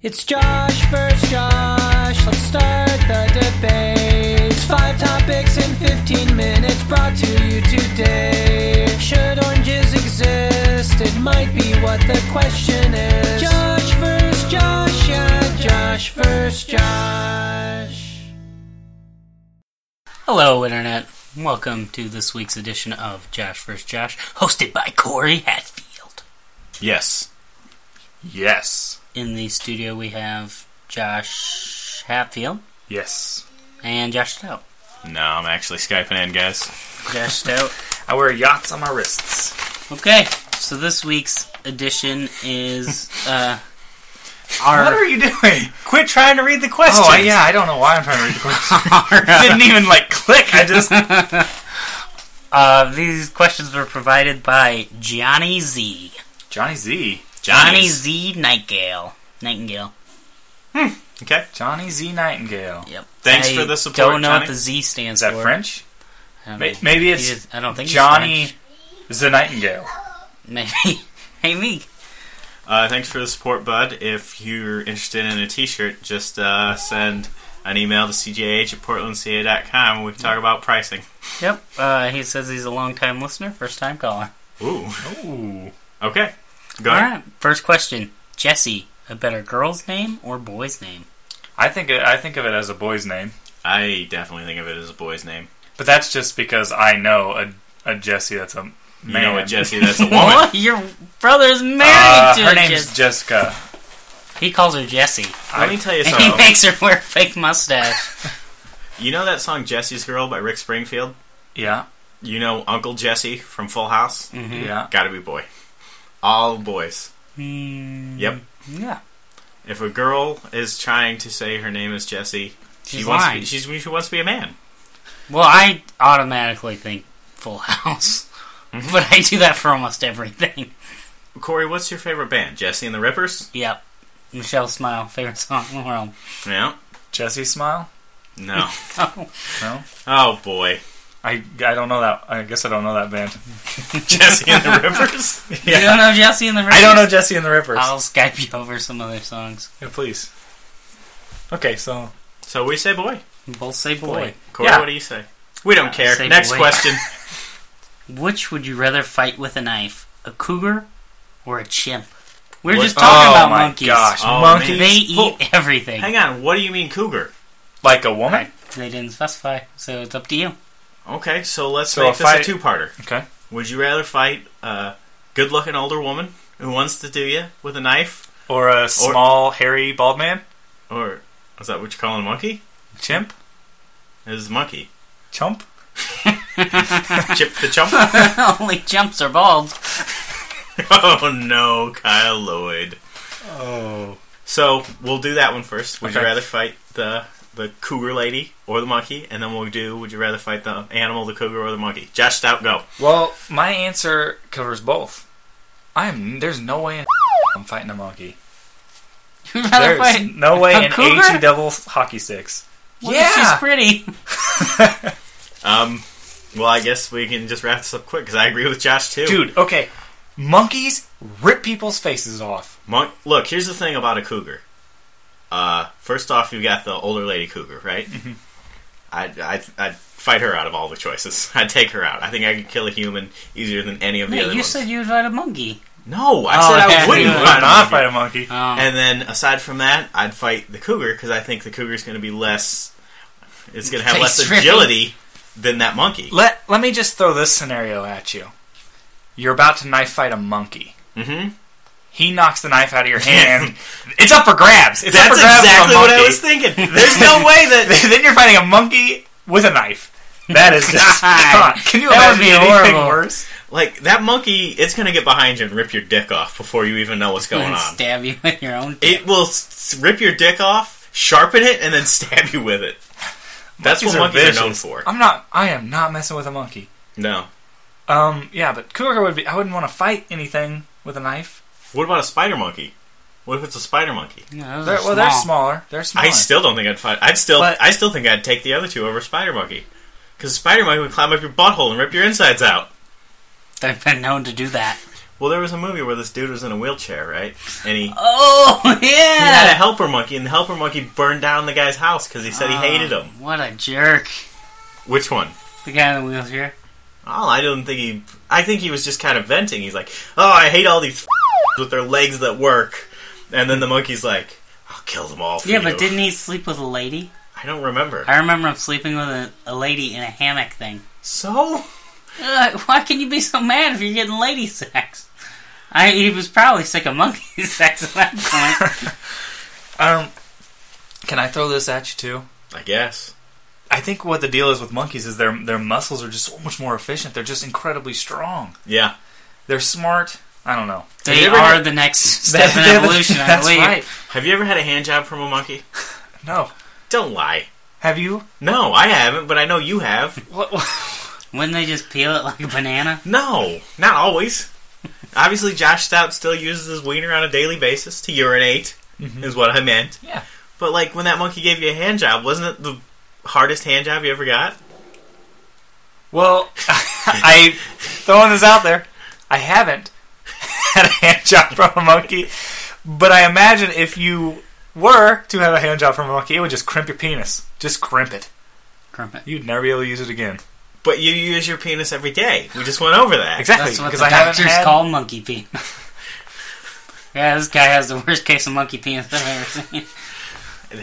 It's Josh versus Josh. Let's start the debate. Five topics in 15 minutes brought to you today. Should oranges exist? It might be what the question is. Josh versus Josh, yeah. Josh versus Josh. Hello, Internet. Welcome to this week's edition of Josh vs. Josh, hosted by Corey Hatfield. Yes. Yes. In the studio, we have Josh Hatfield Yes. and Josh Stout. No, I'm actually Skyping in, guys. Josh Stout. I wear yachts on my wrists. Okay, so this week's edition is uh, What our, are you doing? Quit trying to read the question. Oh, I- yeah, I don't know why I'm trying to read the question. Didn't even, like, click. I just. Uh, these questions were provided by Johnny Z. Johnny Z. Johnny Z. Z Nightingale. Nightingale. Okay. Johnny Z Nightingale. Yep. Thanks I for the support, Don't know Johnny. what the Z stands Is that for. French? I don't May- know. Maybe He it's is- I don't think he's Johnny French. Z Nightingale. Maybe. Maybe. Uh, thanks for the support, bud. If you're interested in a t-shirt, just uh, send an email to cjh at portlandca.com and we can talk about pricing. Yep. Uh, he says he's a long-time listener, first-time caller. Ooh. Ooh. Okay. Go All ahead. right. First question: Jesse, a better girl's name or boy's name? I think, I think of it as a boy's name. I definitely think of it as a boy's name. But that's just because I know a, a Jesse that's a man. You know what, Jesse? That's a woman. What? Your brother's married Uh, to her a name's Jess- Jessica. He calls her Jesse, Let me tell you and he something. makes her wear a fake mustache. You know that song Jesse's Girl by Rick Springfield? Yeah, You know Uncle Jesse from Full House? Mm. yeah. Gotta be boy. All boys. Hmm. Yep. Yeah. If a girl is trying to say her name is Jesse, she She's wants, to lying. be, she's, she wants to be a man. Well, I automatically think Full House, but I do that for almost everything. Corey, what's your favorite band? Jesse and the Rippers? Yep. Michelle Smile, favorite song in the world. No. Jesse smile? No. Oh. No, Oh boy, I, I don't know that. I guess I don't know that band. Jesse and the Rivers. You don't know Jesse and the I don't know Rippers? Jesse and the Rippers. I'll Skype you over some other songs. Yeah, please. Okay, so So we say boy. Both say boy. Boy. Corey, Yeah. what do you say? We don't care. Uh, say Next boy. question. Which would you rather fight with a knife, a cougar or a chimp? We We're What- just talking oh about my monkeys. gosh, Oh, monkeys! man. They Oh, eat everything. Hang on. What do you mean cougar? Like a woman? They didn't specify, so it's up to you. Okay, so let's So make a this fight- a two-parter. Okay. Would you rather fight a good-looking older woman who wants to do you with a knife, Or a small, hairy, bald man? or is that what you call a monkey? Chimp? It is a monkey. Chump? Chip the chump. Only chimps are bald. oh no, Kyle Lloyd. Oh. So we'll do that one first. Would you Okay. rather fight the the cougar lady or the monkey, and then we'll do would you rather fight the animal, the cougar, or the monkey? Josh Stout, go. Well, my answer covers both. I'm there's no way in I'm fighting a monkey. You'd rather There's fight. no way a in cougar? H double hockey sticks. Well, She's pretty. Um, well, I guess we can just wrap this up quick because I agree with Josh too. Dude, okay. Monkeys rip people's faces off. Mon- look, here's the thing about a cougar. Uh, first off, you got the older lady cougar, right? Mm-hmm. I'd, I'd, I'd fight her out of all the choices. I'd take her out. I think I could kill a human easier than any of the Wait, other you ones. said you'd fight a monkey. no, I Oh, said yeah, I wouldn't you would fight a not monkey. fight a monkey. Um, And then aside from that, I'd fight the cougar because I think the cougar's going to be less. It's going to have less Face ripping. agility than that monkey. Let let me just throw this scenario at you. You're about to knife fight a monkey. Mm-hmm. He knocks the knife out of your hand. it's up for grabs. It's up That's for grabs with a exactly what I monkey. was thinking. There's no way that then you're fighting a monkey with a knife. That is just God. can you That would imagine be anything horrible. worse? like that monkey, it's going to get behind you and rip your dick off before you even know what's going and on. stab you in your own. It will s- rip your dick off, sharpen it, and then stab you with it. That's what monkeys are known vicious. for. I'm not. I am not messing with a monkey. No. Um. Yeah, but cougar would be. I wouldn't want to fight anything with a knife. What about a spider monkey? What if it's a spider monkey? No, those They're, are well, they're smaller. They're smaller. I still don't think I'd fight. I'd still, But- I still think I'd take the other two over spider monkey because spider monkey would climb up your butthole and rip your insides out. They've been known to do that. Well, there was a movie where this dude was in a wheelchair, right? And he, Oh he had a yeah. helper monkey, and the helper monkey burned down the guy's house because he said he hated Uh, him. What a jerk. Which one? The guy in the wheelchair. Oh, I don't think he. I think he was just kind of venting. He's like, "Oh, I hate all these with their legs that work," and then the monkey's like, "I'll kill them all." For Yeah, you." but didn't he sleep with a lady? I don't remember. I remember him sleeping with a, a lady in a hammock thing. So Ugh, why can you be so mad if you're getting lady sex? I, he was probably sick of monkey sex at that point. Um, can I throw this at you too? I guess I think what the deal is with monkeys is their their muscles are just so much more efficient. They're just incredibly strong. yeah. They're smart. I don't know. They ever are had- the next step in They're the- evolution, I That's believe. right. Have you ever had a hand job from a monkey? No. Don't lie. Have you? No, I haven't, but I know you have. What, Wouldn't they just peel it like a banana? No, not always. Obviously, Josh Stout still uses his wiener on a daily basis to urinate, Mm-hmm. is what I meant. Yeah. But like when that monkey gave you a hand job, wasn't it the hardest hand job you ever got? Well, I throwing this out there. I haven't had a hand job from a monkey, but I imagine if you were to have a hand job from a monkey, it would just crimp your penis. Just crimp it. Crumpet. You'd never be able to use it again. But you use your penis every day. We just went over that. Exactly, That's what because the I haven't doctors had. call monkey penis. yeah, this guy has the worst case of monkey penis I've ever seen.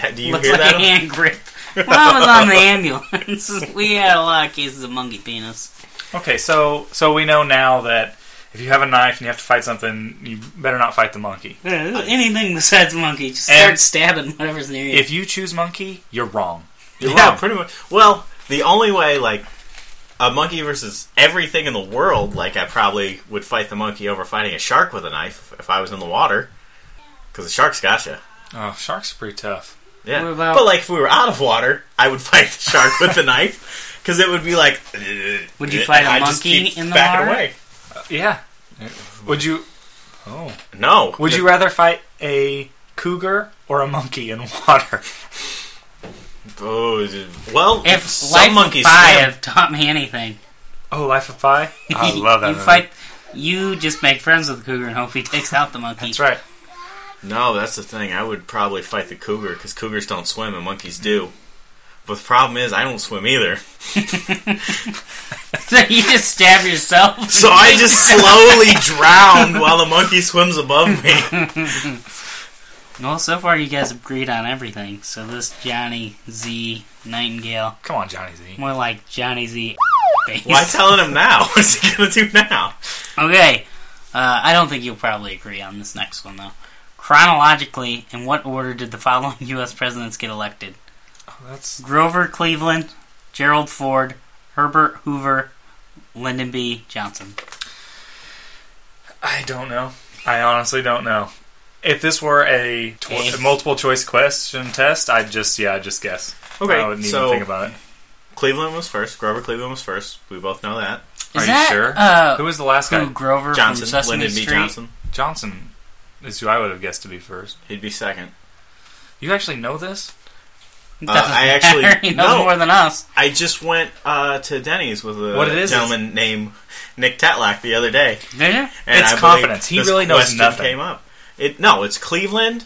That- Do you Looks hear like that? a hand grip. When I was on the ambulance, we had a lot of cases of monkey penis. Okay, so so we know now that if you have a knife and you have to fight something, you better not fight the monkey. Yeah, Anything besides monkey, just And- start stabbing whatever's near you. If you choose monkey, you're wrong. You're yeah, wrong. pretty much. Well, the only way, like, a monkey versus everything in the world, like, I probably would fight the monkey over fighting a shark with a knife if I was in the water. Because the shark's gotcha. oh, sharks are pretty tough. Yeah. What about- But, like, if we were out of water, I would fight the shark with the knife. Because it would be like. Would you "Ugh," fight a and I'd just monkey keep in the backing water? Away. Yeah. Would you? Oh. No. Would you rather fight a cougar or a monkey in water? Oh, well, If some Life monkeys of Pi swim. have taught me anything, Oh, Life of Pi. I love that. you movie. fight. You just make friends with the cougar and hope he takes out the monkey. That's right. No, that's the thing. I would probably fight the cougar because cougars don't swim and monkeys do. But the problem is, I don't swim either. So you just stab yourself. So I just slowly drowned while the monkey swims above me. Well, so far you guys agreed on everything. So this Johnny Z Nightingale, Come on, Johnny Z. more like Johnny Z. Face. Why telling him now? What's he gonna do now? Okay, uh, I don't think you'll probably agree on this next one though. Chronologically, in what order did the following U.S. presidents get elected? Oh, That's Grover Cleveland, Gerald Ford, Herbert Hoover, Lyndon B. Johnson. I don't know. I honestly don't know. If this were a, tw- Eh. a multiple choice question test, I'd just yeah, I'd just guess. I wouldn't even think so about it. Cleveland was first. Grover Cleveland was first. We both know that. Is Are you that, sure? Uh, Who was the last who guy? Grover from Johnson, Sesame Lyndon B. Street? Johnson. Johnson is who I would have guessed to be first. He'd be second. You actually know this? It doesn't Uh, I actually- matter. he knows no. more than us. I just went uh, to Denny's with a What it is is- gentleman named Nick Tatlock the other day. Did you? And It's I believe confidence. He this really knows question nothing. Came up. It no, it's Cleveland,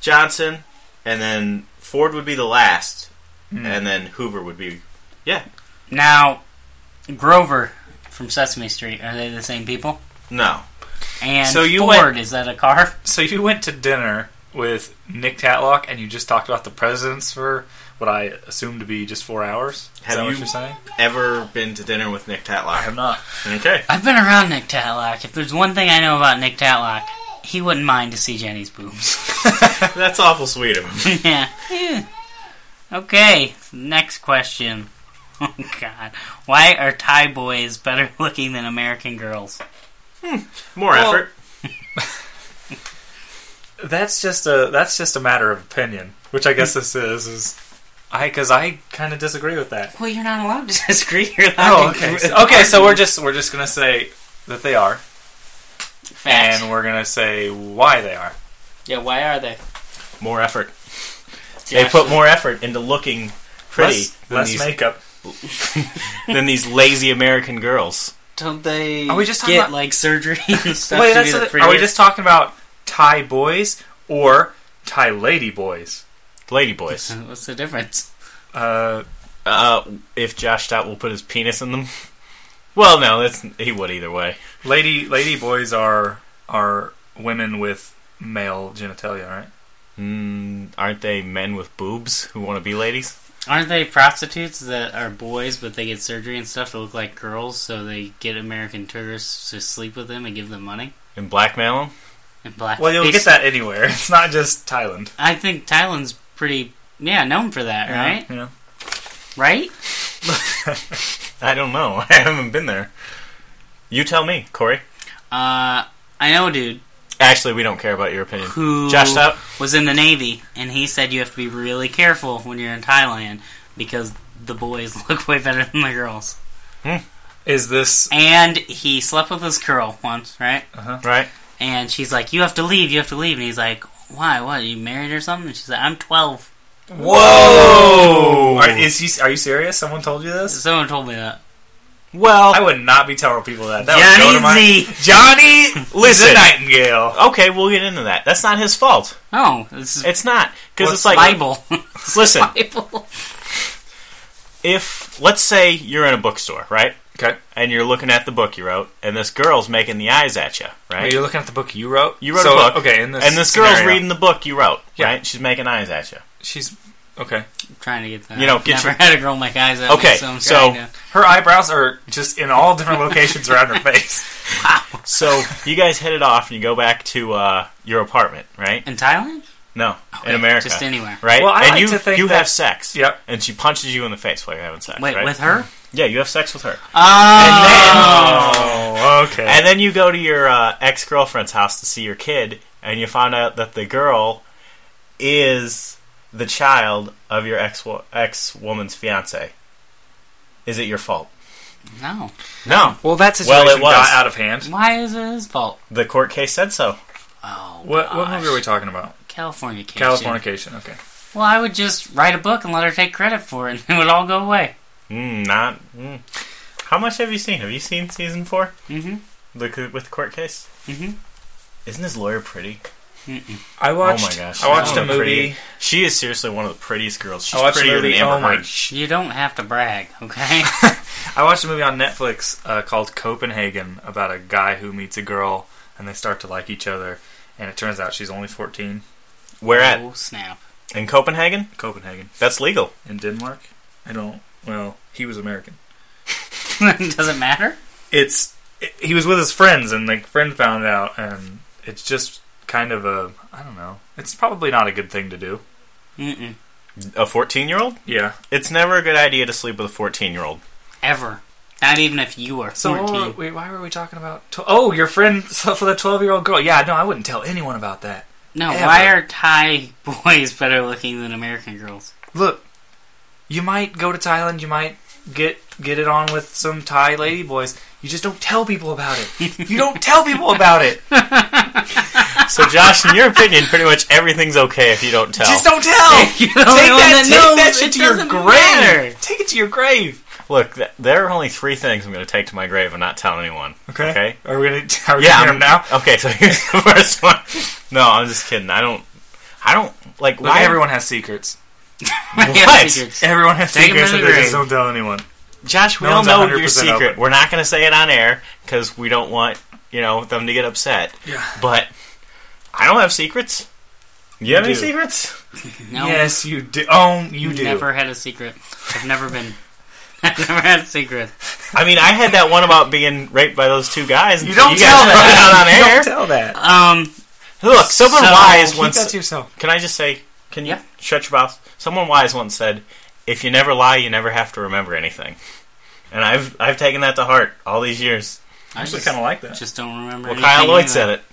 Johnson, and then Ford would be the last, and then Hoover would be. Yeah, Now, Grover from Sesame Street are they the same people? no, And So you Ford went- is that a car? So you went to dinner with Nick Tatlock and you just talked about the presidents for what I assume to be just four hours? Is Have that what you- you're saying? ever been to dinner with Nick Tatlock? not. Okay, I've been around Nick Tatlock. If there's one thing I know about Nick Tatlock, he wouldn't mind to see Jenny's boobs. that's awful sweet of him. yeah. Yeah. Okay. Next question. Oh God! Why are Thai boys better looking than American girls? More Well- effort. That's just a that's just a matter of opinion, which I guess this is is I because I kind of disagree with that. Well, you're not allowed to disagree. You're Oh, allowed to okay. okay, so we're just we're just gonna say that they are, Facts. and we're gonna say why they are. yeah. Why are they? More effort. They Josh, put more effort into looking pretty Less, than, less these, makeup. than these lazy American girls. Don't they Are we just talking get about- like surgery and stuff Wait, to that's be the the- are we prettiest? just talking about Thai boys or Thai lady boys? Lady boys. What's the difference? Uh, Uh, if Josh Stott will put his penis in them. Well, no, that's he would either way. lady lady boys are are women with male genitalia, right? Mm, aren't they men with boobs who want to be ladies? Aren't they prostitutes that are boys but they get surgery and stuff to look like girls so they get American tourists to sleep with them and give them money? And blackmail them? And black Well, you'll get that anywhere. It's not just Thailand, I think Thailand's pretty yeah, known for that, right? Yeah. Right? I don't know. I haven't been there. You tell me, Corey. Uh I know a dude Actually, we don't care about your opinion. who Josh Stott? was in the Navy and he said you have to be really careful when you're in Thailand because the boys look way better than the girls. Is this? And he slept with this girl once, right? Right? And she's like, You have to leave, you have to leave. And he's like, Why? What? Are you married or something? And she's like, I'm 12. Whoa! Are, is he, are you serious? Someone told you this? Someone told me that. Well, I would not be telling people that. that would go to Johnny Z! my- Johnny, Listen. the Nightingale. okay, we'll get into that. That's not his fault. No, Oh, this is It's not. Because it's like, What's Bible. listen, Bible. if, let's say you're in a bookstore, right? Okay, And you're looking at the book you wrote, and this girl's making the eyes at you, right? you're looking at the book you wrote. You wrote So, a book. Okay, in this and this girl's scenario, reading the book you wrote, Yeah. right? She's making eyes at you. She's okay. I'm trying to get that. You know, I've get never your- had a girl make eyes at Okay, me, so I'm so- trying to. Her eyebrows are just in all different locations around her face. So you guys hit it off, and you go back to uh, your apartment, right? In Thailand? No, Okay, in America, Just anywhere. right? Well, I and like you to think you that- have sex. Yep. And she punches you in the face while you're having sex. Wait, right? with her? yeah, you have sex with her, Oh! Oh, okay. and then you go to your uh, ex girlfriend's house to see your kid, and you find out that the girl is the child of your ex ex woman's fiance. Is it your fault? no. No, well, that situation Well, it was. got out out of hand. Why is it his fault? the court case said so. Oh, What, what gosh. movie are we talking about? California Kitchen. Californication. Okay. Well, I would just write a book and let her take credit for it, and it would all go away. Mm, not. Mm. How much have you seen? Have you seen season four? Mm-hmm. The, co- with the court case? Mm-hmm. Isn't his lawyer pretty? I watched. oh my gosh! I watched she's a movie. pretty. She is seriously one of the prettiest girls. She's I watched a prettier movie. than Amber Oh my Heard. You don't have to brag, okay? I watched a movie on Netflix uh, called Copenhagen about a guy who meets a girl and they start to like each other, and it turns out she's only fourteen. Where at? Oh, snap. In Copenhagen? Copenhagen That's legal. in Denmark. I don't. Well, he was American. Does it matter? It's it, he was with his friends, and like friend found out, and it's just kind of a I don't know. It's probably not a good thing to do. Mm-mm. A 14 year old? Yeah. It's never a good idea to sleep with a 14 year old. Ever. Not even if you were So 14. what were- wait, why were we talking about? tw- oh, your friend slept with a twelve-year-old girl. Yeah, no, I wouldn't tell anyone about that. no, ever. why are Thai boys better looking than American girls? Look, you might go to Thailand. You might get get it on with some Thai lady boys. You just don't tell people about it. you don't tell people about it. So, Josh, in your opinion, pretty much everything's okay if you don't tell. Just don't tell. You're the Take only one that, that take knows. that shit It to your doesn't grave. matter. Take it to your grave. Look, th- there are only three things I'm going to take to my grave and not tell anyone. Okay. Okay. Are we gonna? Are we Yeah, gonna him now? Okay, so here's the first one. No, I'm just kidding. I don't. I don't like. Look, why everyone has secrets. Yeah, secrets. Everyone has Take 'em secrets to that the they grave. just don't tell anyone. Josh, we No all one's know your 100% secret. open. We're not going to say it on air because we don't want you know them to get upset. Yeah. But I don't have secrets. You have any do. secrets? No, Yes, you do. Oh, you do. never had a secret. I've never been. I've never had a secret. I mean, I had that one about being raped by those two guys. You don't guys tell put that. it you out don't tell that. Um, on air. Look, someone So- wise Keep that once. to yourself. Can I just say? Can you Yeah. shut your mouth? Someone wise once said, "If you never lie, you never have to remember anything." And I've I've taken that to heart all these years. I just, kinda like that. just don't remember. Well, Kyle anything Lloyd either. said it.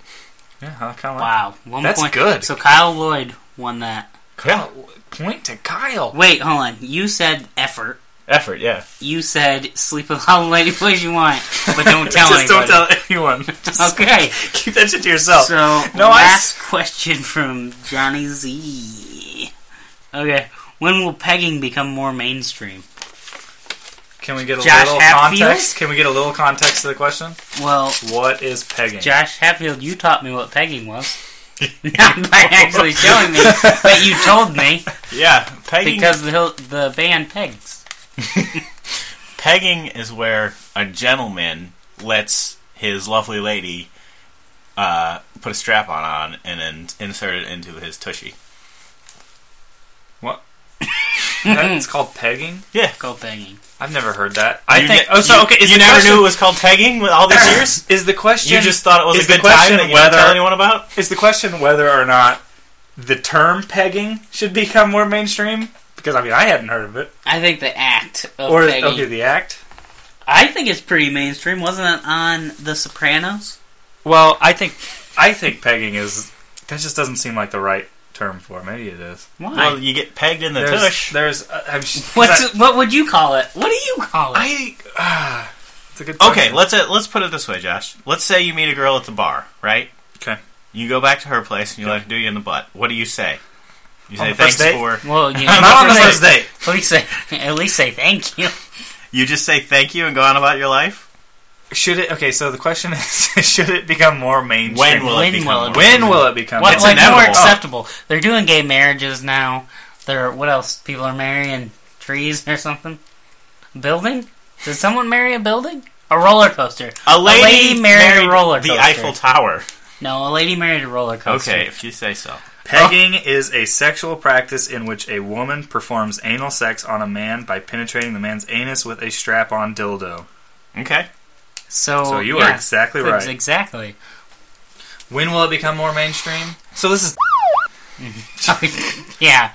Yeah, I kind of like. Wow, one That's point. good. So Kyle Lloyd won that. Yeah, Oh, Point to Kyle. Wait, hold on. You said effort. effort. Yeah. You said sleep with all the lady boys you want, but don't tell Just anybody. don't tell anyone. Just Okay. keep that shit to yourself. So No, I s- last question from Johnny Z. Okay, when will pegging become more mainstream? Can we get a Josh little Hatfield? context? Can we get a little context to the question? Well, What is pegging? Josh Hatfield, you taught me what pegging was. Not by actually showing me, but you told me Yeah, pegging. because the hill- the band pegs. pegging is where a gentleman lets his lovely lady uh, put a strap on on and then insert it into his tushy. What? That's called pegging. Yeah. Go pegging. I've never heard that. I You think. ne- Oh, so you- okay. Is you the never question, knew it was called pegging with all these years. Is the question? You just thought it was is a the good time question that you whether- don't tell anyone about. Is the question whether or not the term pegging should become more mainstream? Because I mean, I hadn't heard of it. I think the act of or pegging. okay, the act. I think it's pretty mainstream. Wasn't it on The Sopranos? Well, I think I think pegging is that just doesn't seem like the right term for. It. Maybe it is. Why? Well, you get pegged in the there's, tush. There's. Uh, I'm just, What's what would you call it? What do you call it? I. Uh, it's a good. Okay, question. let's uh, let's put it this way, Josh. Let's say you meet a girl at the bar, right? Okay. You go back to her place and you let her do you in the butt. What do you say? You On say the first thanks date? for. well, you Not on the first date. At least say, at least say thank you. You just say thank you and go on about your life. Should it? Okay, so the question is: Should it become more mainstream? When will When it become? will more- it When will it become? Oh, What, It's like more inevitable. acceptable? They're doing gay marriages now. They're what else? People are marrying trees or something. Building? Did someone marry a building? A roller coaster? A lady, lady married a roller the coaster. Eiffel Tower. No, a lady married a roller coaster. Okay, if you say so. Pegging is a sexual practice in which a woman performs anal sex on a man by penetrating the man's anus with a strap-on dildo. Okay. So, So you Oh, yeah, are exactly that's right. Exactly. When will it become more mainstream? So this is yeah.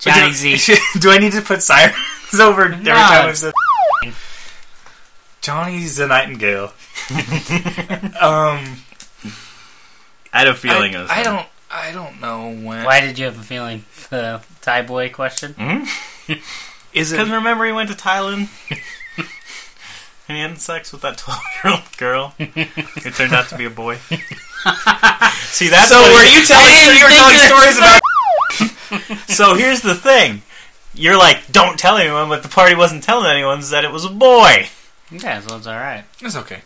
Johnny Z. Do I need to put sirens over every No, time I it's said Johnny the Nightingale? um, I had a feeling I, of I don't, I don't know when. Why did you have a feeling? The tie boy question? Is Hmm? Because it? remember he went to Thailand? and he had sex with that 12 year old girl. it turned out to be a boy. See, that's So what were it- you telling I me you were didn't telling think stories about? So here's the thing. You're like, don't tell anyone, but the party wasn't telling anyone that it was a boy. Yeah, so it's alright. It's okay.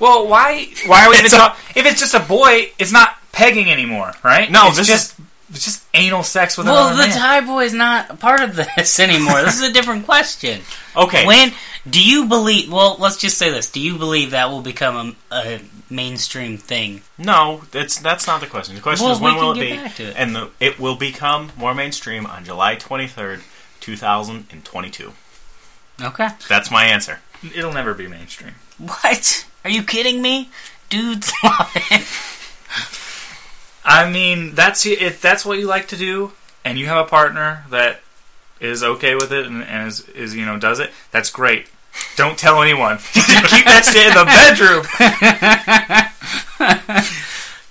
Well, why? Why are we even It's a- talking? If it's just a boy, it's not pegging anymore, right? No, it's this just it's just anal sex with Well, another the man. tie boy is not a part of this anymore. this is a different question. Okay. When do you believe? Well, let's just say this: Do you believe that will become a, a mainstream thing? No, that's that's not the question. The question Well, is when we will it can get be? back to it. And the, it will become more mainstream on July 23rd, 2022. Okay. That's my answer. It'll never be mainstream. What? Are you kidding me? Dudes love it. I mean, that's if that's what you like to do, and you have a partner that is okay with it and, and is, is you know does it. That's great. Don't tell anyone. Keep that shit in the bedroom.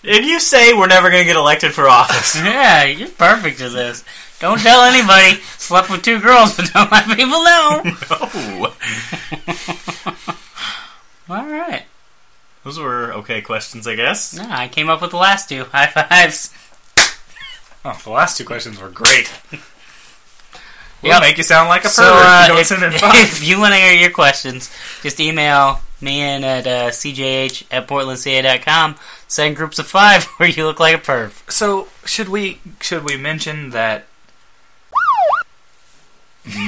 If you say we're never going to get elected for office, Yeah, you're perfect at this. Don't tell anybody. Slept with two girls, but don't let people know. no. All right. Those were okay questions, I guess. No, I came up with the last two high fives. Oh, the last two questions were great. We'll Yep. make you sound like a pervert. So, if uh, you don't if, send in five. if you want to hear your questions, just email me in at uh, cjh at portlandca.com. Send groups of five where you look like a perv. So should we should we mention that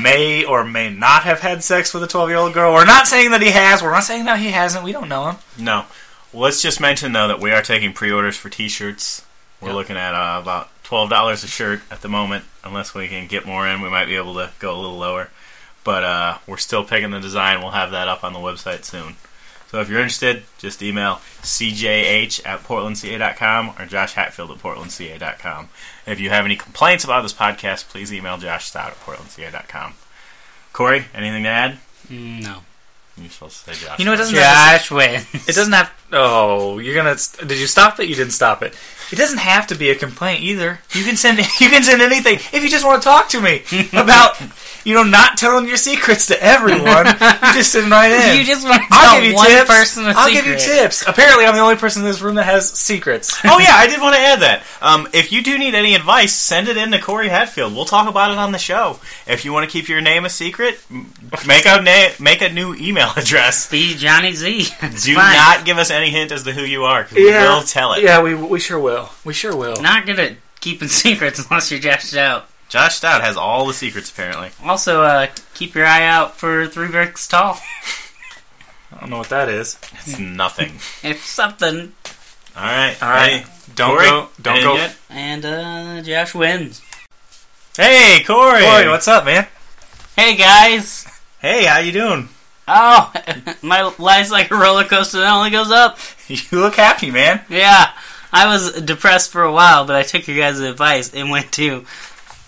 may or may not have had sex with a twelve year old girl? We're not saying that he has. We're not saying that he hasn't. We don't know him. No. Let's just mention, though, that we are taking pre orders for t shirts. We're looking at uh, about $12 a shirt at the moment. Unless we can get more in, we might be able to go a little lower. But uh, we're still picking the design. We'll have that up on the website soon. So if you're interested, just email cjh at portlandca.com or josh hatfield at portlandca.com. If you have any complaints about this podcast, please email josh stout at portlandca.com. Corey, anything to add? No. You're supposed to say Josh. You know, it doesn't have Josh wins. It doesn't have. Oh, you're gonna. Did you stop it? You didn't stop it. It doesn't have to be a complaint either. You can send. You can send anything if you just want to talk to me about. You know, not telling your secrets to everyone. You just send right in. You just want to tell I'll give you one tips. person a I'll secret. give you tips. Apparently, I'm the only person in this room that has secrets. oh yeah, I did want to add that. Um, if you do need any advice, send it in to Corey Hatfield. We'll talk about it on the show. If you want to keep your name a secret, m- make a na- make a new email address. Be Johnny Z. It's Do fine. not give us any hint as to who you are. 'cause We will tell it. Yeah, we we sure will. We sure will. Not good at keeping secrets unless you're Josh out. Josh Stout has all the secrets apparently. Also, uh, keep your eye out for Three Bricks Tall. I don't know what that is. It's nothing. It's something. All right. Hmm. All right. Hey, don't Corey, go. Don't anything go. yet? And uh, Josh wins. Hey, Corey. Boy, what's up, man? Hey guys! Hey, how you doing? Oh, my life's like a roller coaster that only goes up. You look happy, man. Yeah, I was depressed for a while, but I took your guys' advice and went to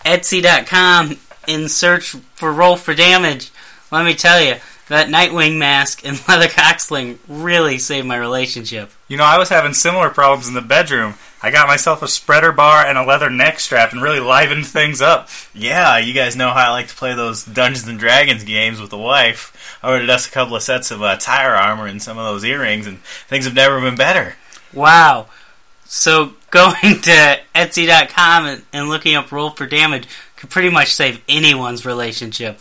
Etsy.com in search for Roll for Damage. Let me tell you, that Nightwing mask and leather cocksling really saved my relationship. You know, I was having similar problems in the bedroom. I got myself a spreader bar and a leather neck strap and really livened things up. Yeah, you guys know how I like to play those Dungeons and Dragons games with the wife. I ordered us a couple of sets of uh, tire armor and some of those earrings, and things have never been better. Wow. So going to Etsy.com and, and looking up Roll for Damage could pretty much save anyone's relationship.